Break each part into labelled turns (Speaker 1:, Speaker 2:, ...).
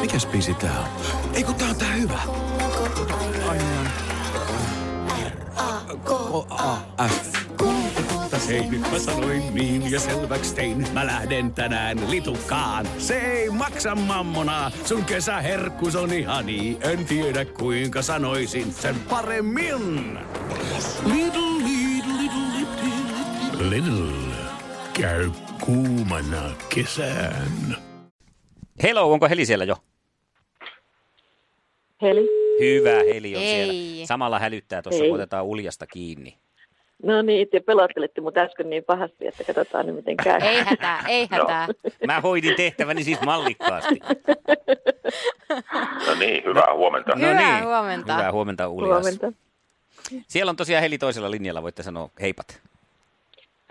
Speaker 1: Mikäs biisi tää on? Ei kun tää on tää hyvä. K-A-F. Tein, mä sanoin niin ja selväks tein. Mä lähden tänään litukaan. Se ei maksa mammonaa. Sun kesäherkkus on ihani. En tiedä kuinka sanoisin sen paremmin. Little, little, little, little. Little. Käy kuumana kesään.
Speaker 2: Hello, onko Heli siellä jo?
Speaker 3: Heli.
Speaker 2: Hyvä, Heli on
Speaker 4: Ei.
Speaker 2: siellä. Samalla hälyttää tuossa,
Speaker 3: Ei.
Speaker 2: kun otetaan uljasta kiinni.
Speaker 3: No niin, te pelottelitte mut äsken niin pahasti, että katsotaan nyt miten käy. No.
Speaker 4: Ei hätää, ei hätää.
Speaker 2: Mä hoidin tehtäväni siis mallikkaasti.
Speaker 5: No niin, hyvää huomenta.
Speaker 4: Hyvää huomenta.
Speaker 2: niin. Hyvää huomenta, Uljas.
Speaker 3: niin. Huomenta.
Speaker 2: Siellä on tosiaan Heli toisella linjalla, voitte sanoa heipat.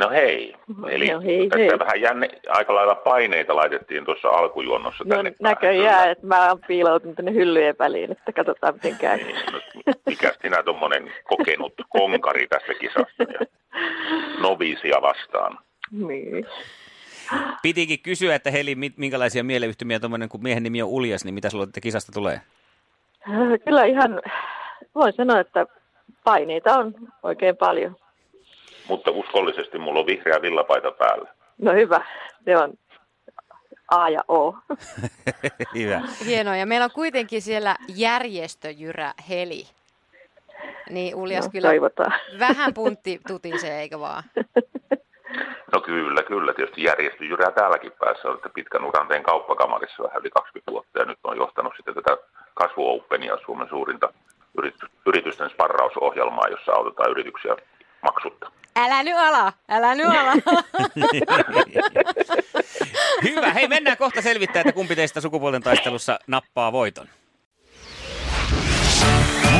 Speaker 5: No hei. Eli
Speaker 3: No hei,
Speaker 5: tässä
Speaker 3: hei.
Speaker 5: vähän jänne, aika lailla paineita laitettiin tuossa alkujuonnossa
Speaker 3: No
Speaker 5: tänne.
Speaker 3: näköjään, että mä oon piiloutunut tänne hyllyjen väliin, että katsotaan miten käy.
Speaker 5: Niin, no, Mikä sinä tuommoinen kokenut konkari tässä kisassa ja novisia vastaan?
Speaker 3: Niin.
Speaker 2: Pitikin kysyä, että Heli, mi- minkälaisia mieleyhtymiä tuommoinen, kun miehen nimi on Uljas, niin mitä sulla tästä kisasta tulee?
Speaker 3: Äh, Kyllä ihan, voin sanoa, että paineita on oikein paljon.
Speaker 5: Mutta uskollisesti mulla on vihreä villapaita päällä.
Speaker 3: No hyvä, se on A ja O.
Speaker 2: Hyvä.
Speaker 4: Hienoa. Ja meillä on kuitenkin siellä järjestöjyrä Heli. Niin Uljas
Speaker 3: No,
Speaker 4: kyllä
Speaker 3: toivotaan.
Speaker 4: vähän puntti tutisee, eikö vaan?
Speaker 5: No kyllä, kyllä. Tietysti järjestö Jyrää täälläkin päässä. Olette pitkän uran tein kauppakamarissa vähän yli 20 vuotta ja nyt on johtanut sitten tätä Kasvu Openia, Suomen suurinta yrit- yritysten sparrausohjelmaa, jossa autetaan yrityksiä maksutta.
Speaker 4: Älä nyt ala, älä nyt ala.
Speaker 2: Hyvä. Hei, mennään kohta selvittää, että kumpi teistä sukupuolten taistelussa nappaa voiton.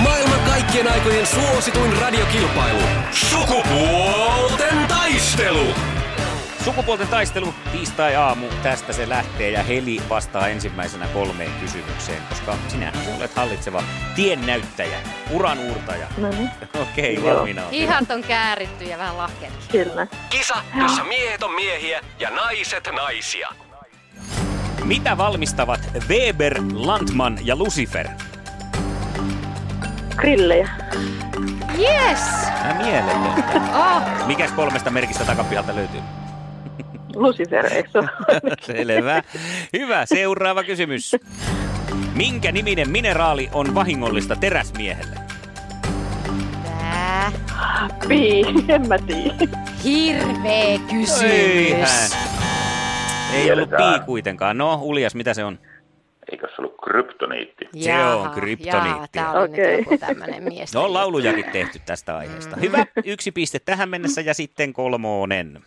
Speaker 1: Maailman kaikkien aikojen suosituin radiokilpailu. Sukupuolten taistelu.
Speaker 2: Sukupuolten taistelu tiistai-aamu, tästä se lähtee ja Heli vastaa ensimmäisenä kolmeen kysymykseen, koska sinä olet hallitseva tiennäyttäjä, uran uurtaja.
Speaker 3: No niin,
Speaker 2: Okei, okay,
Speaker 3: Joo.
Speaker 2: valmiina on.
Speaker 4: Hihat on kääritty ja vähän lahkeet.
Speaker 3: kyllä.
Speaker 1: Kisa, jossa miehet on miehiä ja naiset naisia.
Speaker 2: Mitä valmistavat Weber, Landman ja Lucifer?
Speaker 3: Grillejä.
Speaker 4: Yes!
Speaker 2: Mä mieletöntä.
Speaker 4: Oh,
Speaker 2: Mikäs kolmesta merkistä takapihalta löytyy?
Speaker 3: Lucifer, eikö se ole?
Speaker 2: Selvä. Hyvä, seuraava kysymys. Minkä niminen mineraali on vahingollista teräsmiehelle?
Speaker 4: tää
Speaker 3: Pii, en mä tiedä.
Speaker 4: hirveä
Speaker 2: Eihän.
Speaker 4: kysymys.
Speaker 2: Ei ollut
Speaker 5: Tiedetään.
Speaker 2: pii kuitenkaan. No, Uljas, mitä se on?
Speaker 5: Eikö se ollut kryptoniitti?
Speaker 2: Se on kryptoniittia.
Speaker 4: Jaa, tää oli okay.
Speaker 3: Okei.
Speaker 4: nyt joku tämmönen mies.
Speaker 2: No on laulujakin tehty tästä aiheesta. Hyvä, yksi piste tähän mennessä ja sitten kolmonen.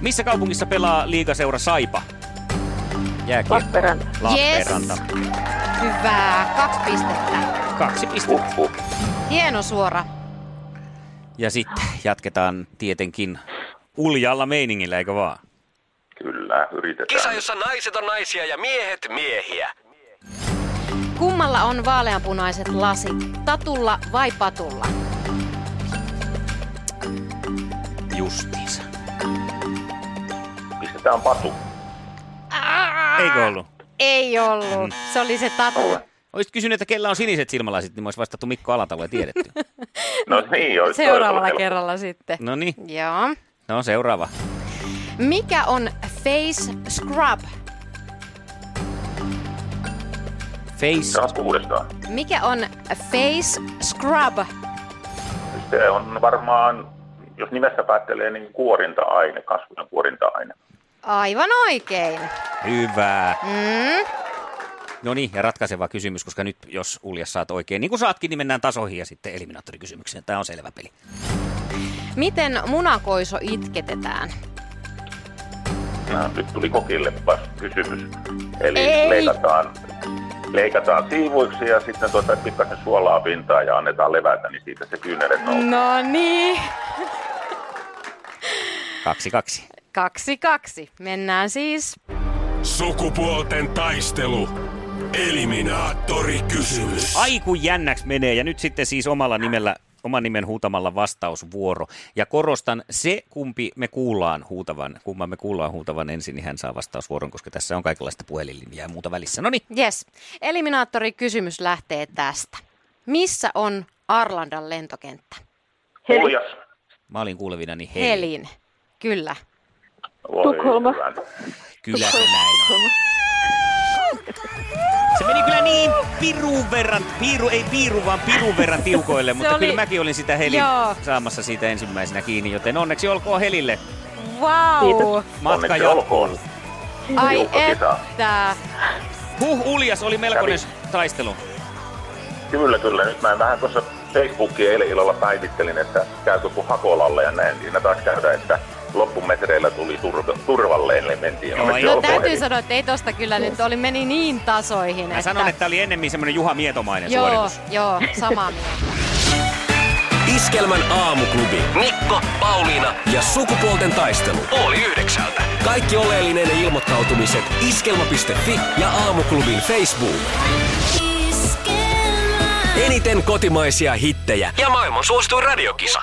Speaker 2: Missä kaupungissa pelaa liigaseura Saipa? Jääkiekko.
Speaker 3: Lappeenranta.
Speaker 2: Lappeenranta.
Speaker 4: Hyvä, kaksi pistettä.
Speaker 2: Kaksi pistettä.
Speaker 4: Hieno suora.
Speaker 2: Ja sitten jatketaan tietenkin uljalla meiningillä, eikö vaan?
Speaker 5: Kyllä, yritetään.
Speaker 1: Kisa, jossa naiset on naisia ja miehet miehiä.
Speaker 4: Kummalla on vaaleanpunaiset lasit? Tatulla vai patulla?
Speaker 2: Justiinsa.
Speaker 5: Pistetään patu.
Speaker 2: Eikö ollut?
Speaker 4: Ei ollut. Se oli se tatu.
Speaker 2: Olisit kysynyt, että kellä on siniset silmälasit, niin mä olisi vastattu Mikko Alatalo ja tiedetty.
Speaker 5: No niin, olisi
Speaker 4: Seuraavalla
Speaker 5: olisi-
Speaker 4: kerralla sitten.
Speaker 2: No niin,
Speaker 4: Joo.
Speaker 2: no seuraava.
Speaker 4: Mikä on face scrub?
Speaker 2: Face.
Speaker 5: Taas uudestaan.
Speaker 4: Mikä on face scrub?
Speaker 5: Siis Se on varmaan, jos nimessä päättelee, niin kuorinta-aine, kasvun kuorinta-aine.
Speaker 4: Aivan oikein.
Speaker 2: Hyvä.
Speaker 4: Mm.
Speaker 2: No niin, ja ratkaiseva kysymys, koska nyt jos Uljas saat oikein, niin kuin saatkin, niin mennään tasoihin ja sitten eliminaattorikysymykseen. Tämä on selvä peli.
Speaker 4: Miten munakoiso itketetään?
Speaker 5: No, nyt tuli kokille vasta kysymys. Eli
Speaker 4: Ei.
Speaker 5: leikataan, leikataan siivuiksi ja sitten tuota pikkasen suolaa pintaan ja annetaan levätä, niin siitä se kyynelet nousee.
Speaker 4: No niin.
Speaker 2: Kaksi kaksi.
Speaker 4: Kaksi kaksi. Mennään siis
Speaker 1: Sukupuolten taistelu. Eliminaattori kysymys.
Speaker 2: Aiku jännäksi menee ja nyt sitten siis omalla nimellä oman nimen huutamalla vastausvuoro. Ja korostan, se kumpi me kuullaan huutavan, kumman me kuullaan huutavan ensin, niin hän saa vastausvuoron, koska tässä on kaikenlaista puhelinlinjaa ja muuta välissä. No niin,
Speaker 4: Yes. Eliminaattori kysymys lähtee tästä. Missä on Arlandan lentokenttä?
Speaker 3: Heli,
Speaker 5: Uljas.
Speaker 2: mä olin kuulevina, niin hei, heli.
Speaker 4: Helin. Kyllä.
Speaker 5: Voi
Speaker 3: Tukholma.
Speaker 5: hyvän.
Speaker 2: kyllä se näin on. Se meni kyllä niin pirun verran, piiru, ei piiru, vaan pirun verran tiukoille, mutta
Speaker 4: oli-
Speaker 2: kyllä mäkin olin sitä Heli
Speaker 4: Joo.
Speaker 2: saamassa siitä ensimmäisenä kiinni, joten onneksi olkoon Helille.
Speaker 4: Wow.
Speaker 3: Kiitos.
Speaker 2: Matka
Speaker 5: Onneksi
Speaker 2: jatkuu.
Speaker 5: olkoon.
Speaker 4: Ai
Speaker 5: Tiukka kisa.
Speaker 4: että.
Speaker 2: Huh, uljas oli melkoinen taistelu.
Speaker 5: Kyllä, kyllä. Nyt mä vähän tuossa Facebookia eilen illalla päivittelin, että käykö kun Hakolalle ja näin. Siinä taas käydä, että loppumetreillä tuli turva, turvalle, eli mentiin.
Speaker 2: Joo,
Speaker 5: Onneksi
Speaker 2: ei-
Speaker 4: No
Speaker 5: olkoon
Speaker 4: täytyy
Speaker 5: heti.
Speaker 4: sanoa, että ei tosta kyllä nyt oli, meni niin tasoihin.
Speaker 2: Mä sanon, että oli ennemmin semmoinen Juha Mietomainen
Speaker 4: Joo,
Speaker 2: suoritus.
Speaker 4: joo, samaa mieltä.
Speaker 6: Iskelmän aamuklubi. Mikko, Pauliina ja sukupuolten taistelu. Oli yhdeksältä. Kaikki oleellinen ilmoittautumiset iskelma.fi ja aamuklubin Facebook. Eniten kotimaisia hittejä ja maailman suosituin radiokisa.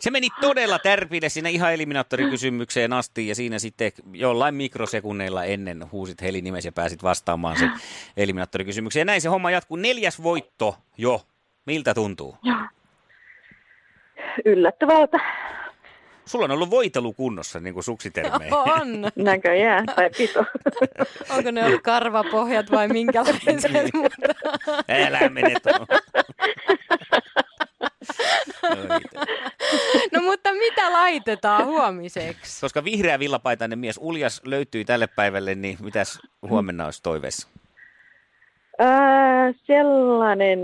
Speaker 2: Se meni todella tärpille sinne ihan eliminaattorikysymykseen asti ja siinä sitten jollain mikrosekunneilla ennen huusit Heli nimes ja pääsit vastaamaan sen
Speaker 4: Ah.
Speaker 2: eliminaattorikysymykseen. Ja näin se homma jatkuu. Neljäs voitto jo. Miltä tuntuu?
Speaker 3: yllättävältä
Speaker 2: Sulla on ollut voitelu kunnossa, niin kuin suksitermeen.
Speaker 4: On.
Speaker 3: näköjään, tai pito.
Speaker 4: Onko ne ollut karvapohjat vai minkälaiset?
Speaker 2: Niin.
Speaker 4: Mutta
Speaker 2: Älä mene tuohon. Oi,
Speaker 4: No mutta mitä laitetaan huomiseksi?
Speaker 2: Koska vihreä villapaitainen mies Uljas löytyy tälle päivälle, niin mitäs huomenna olisi toiveessa?
Speaker 3: Ää, sellainen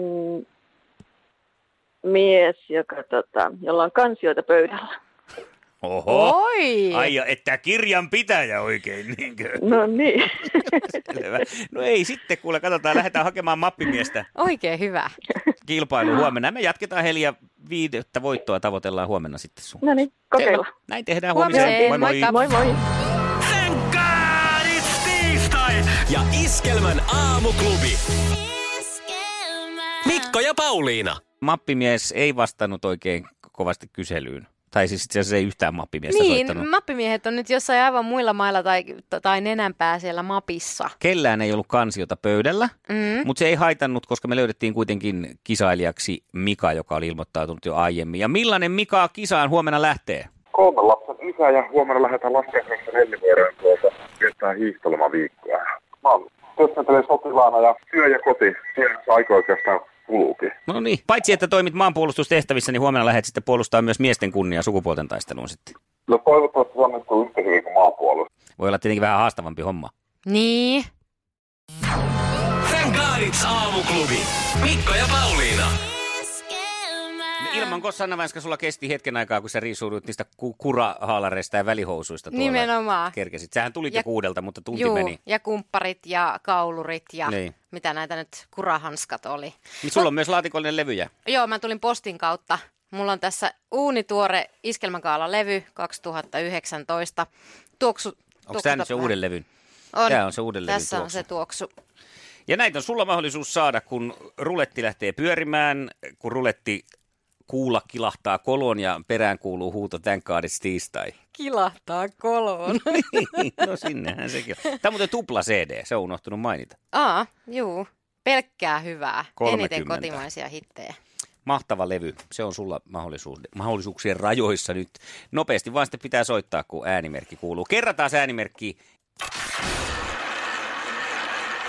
Speaker 3: mies, joka, tota, jolla on kansioita pöydällä.
Speaker 2: Oho!
Speaker 4: Oi!
Speaker 2: Oh, Ai, ja että kirjan pitäjä oikein, niinkö?
Speaker 3: No niin.
Speaker 2: Selvä. No ei sitten, kuule, katsotaan, lähdetään hakemaan mappimiestä
Speaker 4: Oikein hyvä.
Speaker 2: kilpailu huomenna. Me jatketaan Heli ja viidettä voittoa tavoitellaan huomenna sitten sun.
Speaker 3: No niin, kokeillaan.
Speaker 2: Selvä. Näin tehdään
Speaker 4: Huomiseen.
Speaker 2: huomiseen.
Speaker 4: Moikka.
Speaker 3: Moi moi.
Speaker 6: Thank God it's tiistai! Ja Iskelmän aamuklubi. Mikko ja Pauliina.
Speaker 2: Mappimies ei vastannut oikein kovasti kyselyyn. Tai siis itse asiassa ei yhtään mappimiestä soittanut.
Speaker 4: Niin, mappimiehet on nyt jossain aivan muilla mailla tai, tai nenänpää siellä mapissa.
Speaker 2: Kellään ei ollut kansiota pöydällä.
Speaker 4: Mm.
Speaker 2: Mutta se ei haitannut, koska me löydettiin kuitenkin kisailijaksi Mika, joka oli ilmoittautunut jo aiemmin. Ja millainen Mika kisaan huomenna lähtee?
Speaker 7: kolme lapsen isä ja huomenna lähdetään lasten kanssa nelivuoden tuolta viettää hiihtolomaviikkoa. Mä oon- työskentelen sotilaana ja työ ja koti, siinä se aika oikeastaan kuluukin.
Speaker 2: No niin. Paitsi, että toimit maanpuolustustehtävissä, niin huomenna lähdet sitten puolustaa myös miesten kunnia sukupuolten taisteluun sitten.
Speaker 7: No toivottavasti se onnistuu yhtä hyvin kuin maanpuolus.
Speaker 2: Voi olla tietenkin vähän haastavampi homma.
Speaker 4: Niin.
Speaker 6: Thank God it's aamuklubi. Mikko ja Pauliina.
Speaker 2: Niin Ilman Kossanna Vänskä, sulla kesti hetken aikaa, kun sä riisuudut niistä ku- kurahaalareista ja välihousuista tuolla.
Speaker 4: Nimenomaan.
Speaker 2: Kerkesit. Sähän tulit ja... jo
Speaker 4: Ja-
Speaker 2: kuudelta, mutta tunti
Speaker 4: Juu,
Speaker 2: meni.
Speaker 4: ja kumpparit ja kaulurit ja
Speaker 2: Niin.
Speaker 4: niin. mitä näitä nyt kurahanskat oli.
Speaker 2: Mut sulla on myös laatikollinen levyjä.
Speaker 4: Joo, mä tulin postin kautta. Mulla on tässä uunituore Iskelmäkaala-levy 2019. Tuoksu,
Speaker 2: Onko
Speaker 4: tuoksu-
Speaker 2: tämä nyt se uuden levyn?
Speaker 4: On.
Speaker 2: Tää on se uuden levyn
Speaker 4: Tässä on
Speaker 2: tuoksu.
Speaker 4: se tuoksu.
Speaker 2: Ja näitä on sulla mahdollisuus saada, kun ruletti lähtee pyörimään, kun ruletti kuulla kilahtaa kolon ja perään kuuluu huuto tän kaadits tiistai.
Speaker 4: Kilahtaa koloon.
Speaker 2: no sinnehän sekin on. Tämä on muuten tupla CD, se on unohtunut mainita.
Speaker 4: Aa, juu. Pelkkää hyvää.
Speaker 2: 30.
Speaker 4: Eniten kotimaisia hittejä.
Speaker 2: Mahtava levy, se on sulla mahdollisuus, mahdollisuuksien rajoissa nyt. Nopeasti vaan sitten pitää soittaa, kun äänimerkki kuuluu. Kerrataan se äänimerkki.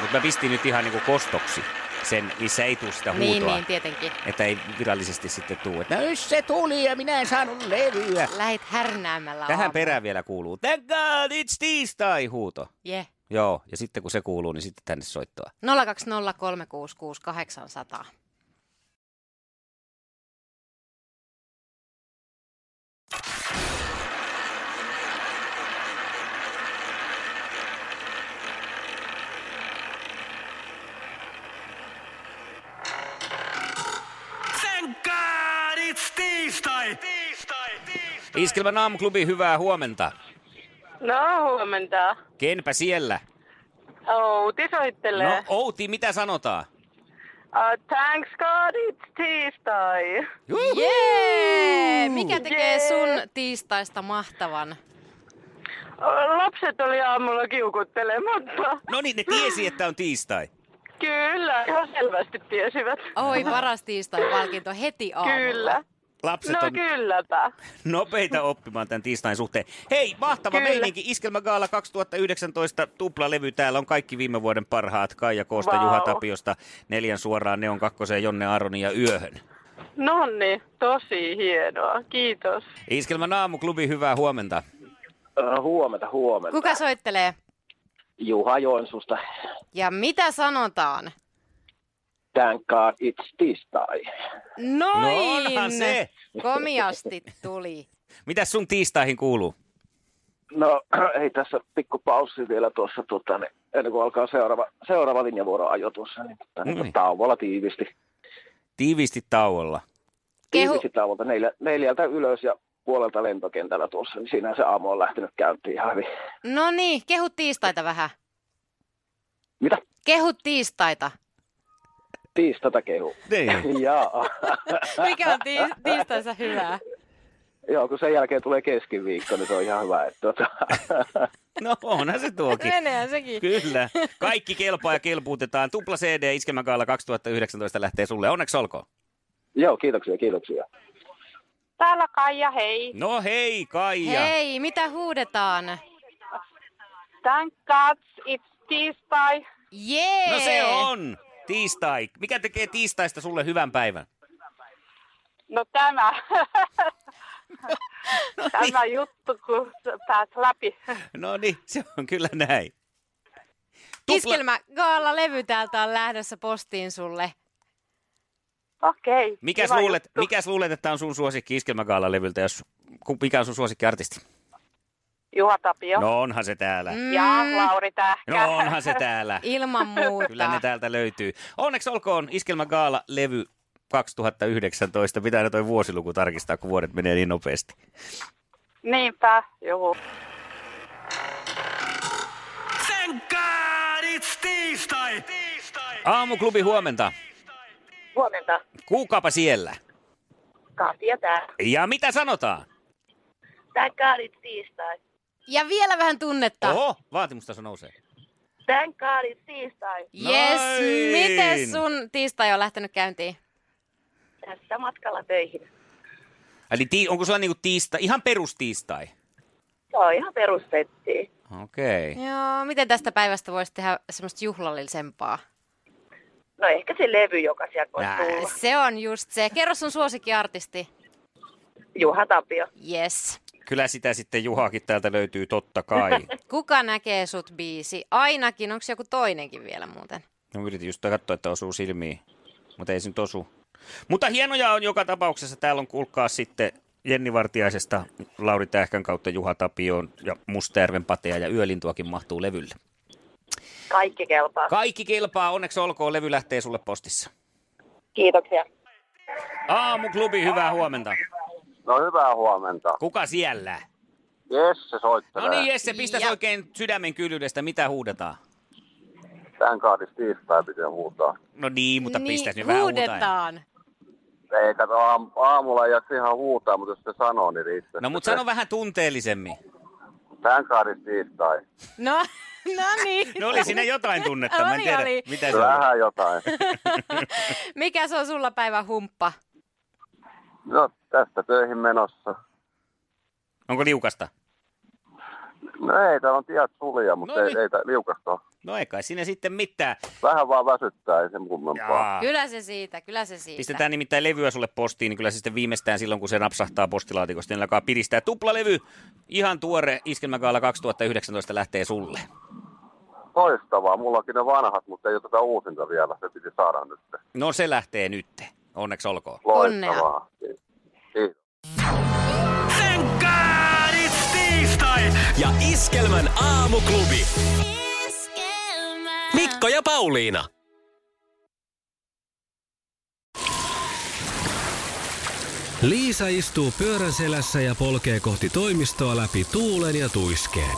Speaker 2: Mutta mä pistin nyt ihan niinku kostoksi sen, missä ei tule sitä huutoa.
Speaker 4: Niin, niin, tietenkin.
Speaker 2: että ei virallisesti sitten tuu. Että "Nyt se tuli ja minä en saanut levyä.
Speaker 4: Lähit härnäämällä
Speaker 2: Tähän
Speaker 4: aamulla.
Speaker 2: perään vielä kuuluu, thank god it's tiistai huuto.
Speaker 4: Yeah.
Speaker 2: Joo, ja sitten kun se kuuluu, niin sitten tänne soittaa.
Speaker 4: 020366800.
Speaker 6: Thank God it's tiistai.
Speaker 2: Iskelmän aamuklubi, hyvää huomenta.
Speaker 8: No huomenta.
Speaker 2: Kenpä siellä?
Speaker 8: Outi soittelee.
Speaker 2: No
Speaker 8: No.
Speaker 2: Outi, mitä sanotaan?
Speaker 8: Uh, thanks God it's tiistai.
Speaker 2: Juhu!
Speaker 4: Jee! Mikä tekee
Speaker 8: Jee! sun
Speaker 4: sun tiistaista mahtavan?
Speaker 8: Ö, Lapset oli aamulla kiukuttelematta.
Speaker 2: No niin, ne tiesi, että on tiistai.
Speaker 8: Kyllä, ihan selvästi tiesivät.
Speaker 4: Oi, paras tiistai-palkinto heti aamulla.
Speaker 8: Kyllä.
Speaker 2: Lapset
Speaker 8: No
Speaker 2: on
Speaker 8: kylläpä.
Speaker 2: nopeita oppimaan tämän tiistain suhteen. Hei, mahtava
Speaker 8: Kyllä.
Speaker 2: meininki. Iskelmä Gaala 2019 tuplalevy. Täällä on kaikki viime vuoden parhaat. Kaija Koosta,
Speaker 8: Vau.
Speaker 2: Juha Tapiosta, neljän suoraan, Neon kakkoseen, Jonne Aronin ja Yöhön.
Speaker 8: Nonni, tosi hienoa. Kiitos.
Speaker 2: Iskelmän aamuklubi, hyvää huomenta.
Speaker 9: Ö, Äh, Huomenta, huomenta.
Speaker 4: Kuka soittelee?
Speaker 9: Juha Joensuusta.
Speaker 4: Ja mitä sanotaan?
Speaker 9: Thank God it's tiistai.
Speaker 4: Noin!
Speaker 2: No onhan se!
Speaker 4: Komiasti tuli.
Speaker 2: Mitä sun tiistaihin kuuluu?
Speaker 9: No, ei tässä pikku paussi vielä tuossa, tuota, niin, ennen kuin alkaa seuraava, seuraava linjavuoroajo tuossa, niin, tuota, niin
Speaker 2: Noin.
Speaker 9: tauolla tiivisti.
Speaker 2: Tiivisti tauolla.
Speaker 4: Kehu,
Speaker 9: Tiivisti tauolta neljä, neljältä ylös ja puolelta lentokentällä tuossa, niin siinä se aamu on lähtenyt käyntiin ihan hyvin.
Speaker 4: no niin, kehu tiistaita vähän.
Speaker 9: Mitä?
Speaker 4: Kehu tiistaita.
Speaker 9: Tiistata kehu.
Speaker 2: Niin.
Speaker 9: Jaa.
Speaker 4: Mikä on tiis, tiistaissa hyvää?
Speaker 9: Joo, kun sen jälkeen tulee keskiviikko, niin se on ihan hyvä. Että, tuota,
Speaker 2: No onhan se tuokin.
Speaker 8: Niin.
Speaker 4: Meneehän sekin.
Speaker 2: Kyllä. Kaikki kelpaa ja kelpuutetaan. Tupla CD Iskelmäkaala 2019 lähtee sulle. Onneksi olkoon.
Speaker 9: joo, kiitoksia, kiitoksia.
Speaker 8: Täällä Kaija, hei.
Speaker 2: No hei Kaija.
Speaker 4: Hei, mitä huudetaan?
Speaker 8: Thank God it's tiistai.
Speaker 4: Jee!
Speaker 2: No se on. Tiistai. Mikä tekee tiistaista sulle hyvän päivän?
Speaker 8: No tämä. tämä
Speaker 2: niin.
Speaker 8: juttu, kun sä pääs läpi.
Speaker 2: No niin, se on kyllä näin.
Speaker 4: Iskelmä Gaala levy täältä on lähdössä postiin sulle.
Speaker 8: Okei. Okay,
Speaker 2: Mikäs luulet, mikäs luulet, että on sun suosikki Iskelmäkaala-levyltä, jos, ku- mikä on sun suosikkiartisti?
Speaker 8: Juha Tapio.
Speaker 2: No onhan se täällä.
Speaker 4: Mm,
Speaker 8: Ja Lauri Tähkä.
Speaker 2: No onhan se täällä.
Speaker 4: Ilman muuta.
Speaker 2: Kyllä ne täältä löytyy. Onneksi olkoon Iskelmäkaala-levy 2019. Pitää aina toi vuosiluku tarkistaa, kun vuodet menee niin nopeasti.
Speaker 8: Niinpä, juu.
Speaker 2: Aamuklubi huomenta.
Speaker 8: Huomenta.
Speaker 2: Kuukaapa siellä.
Speaker 8: Katja tää.
Speaker 2: Ja mitä sanotaan?
Speaker 8: Thank God it's tiistai.
Speaker 4: Ja vielä vähän tunnetta.
Speaker 2: Oho, vaatimustaso nousee.
Speaker 8: Thank God it's tiistai.
Speaker 4: Yes,
Speaker 2: Noin.
Speaker 4: miten sun tiistai on lähtenyt käyntiin?
Speaker 8: Tässä matkalla töihin.
Speaker 2: Eli tii, onko sulla niinku tiistai, ihan perustiistai?
Speaker 8: Se on ihan perussetti.
Speaker 2: Okei. Okay.
Speaker 4: Joo, miten tästä päivästä voisi tehdä semmoista juhlallisempaa?
Speaker 8: No ehkä se levy, joka sieltä voi
Speaker 2: Nää.
Speaker 8: tulla.
Speaker 4: Se on just se. Kerro sun suosikkiartisti.
Speaker 8: Juha Tapio.
Speaker 4: Yes.
Speaker 2: Kyllä sitä sitten Juhakin täältä löytyy totta kai.
Speaker 4: Kuka näkee sut biisi? Ainakin, onko joku toinenkin vielä muuten?
Speaker 2: No yritin just katsoa, että osuu silmiin, mutta ei se nyt osu. Mutta hienoja on joka tapauksessa. Täällä on kuulkaa sitten Jenni Vartiaisesta, Lauri Tähkän kautta Juha Tapioon ja Mustajärven Patea ja Yölintuakin mahtuu levylle.
Speaker 8: Kaikki kelpaa.
Speaker 2: Kaikki kelpaa, onneksi olkoon, levy lähtee sulle postissa.
Speaker 8: Kiitoksia.
Speaker 2: Aamuklubi, hyvää huomenta.
Speaker 7: No hyvää huomenta.
Speaker 2: Kuka siellä?
Speaker 7: Jesse soittelee.
Speaker 2: No niin Jesse, pistäs
Speaker 4: Ja-
Speaker 2: oikein sydämen kyljydestä, mitä huudetaan?
Speaker 7: Tän kaadis tiistai pitää huutaa.
Speaker 2: No niin, mutta pistäs nyt vähän huutaan.
Speaker 4: huudetaan.
Speaker 7: Ei, kato, aam- aamulla ei jaksa ihan huutaa, mutta jos se sanoo, niin riittää.
Speaker 2: No mutta sano vähän tunteellisemmin.
Speaker 7: Tän kaadis tiistai.
Speaker 4: No, no niin.
Speaker 2: No oli siinä jotain tunnetta, mä en
Speaker 4: Oli,
Speaker 2: tiedä
Speaker 4: oli.
Speaker 2: mitä se on.
Speaker 7: Vähän jotain.
Speaker 4: Mikä se on sulla päivän humppa?
Speaker 7: No, tästä töihin menossa.
Speaker 2: Onko liukasta?
Speaker 7: No ei, täällä on tiet sulia, mutta
Speaker 2: No
Speaker 7: no,
Speaker 2: niin.
Speaker 7: ei, ei tää liukasta ole.
Speaker 2: No ei kai siinä sitten mitään.
Speaker 7: Vähän vaan väsyttää, ei sen kummempaa.
Speaker 2: Jaa.
Speaker 4: Kyllä se siitä, kyllä se siitä.
Speaker 2: Ah. Pistetään nimittäin levyä sulle postiin, niin kyllä se sitten viimeistään silloin, kun se napsahtaa postilaatikosta, niin alkaa piristää. Tuplalevy, ihan tuore Iskelmäkaala 2019 lähtee sulle.
Speaker 7: Toistavaa, mullakin ne vanhat, mutta ei ole tätä uusinta vielä. Se piti saada nyt.
Speaker 2: No se lähtee nyt. Onneksi olkoon.
Speaker 7: Loistavaa. Niin. Kiitos. Kiitos.
Speaker 6: Ja Iskelmän aamuklubi. Mikko ja Pauliina.
Speaker 10: Liisa istuu pyörän selässä ja polkee kohti toimistoa läpi tuulen ja tuiskeen.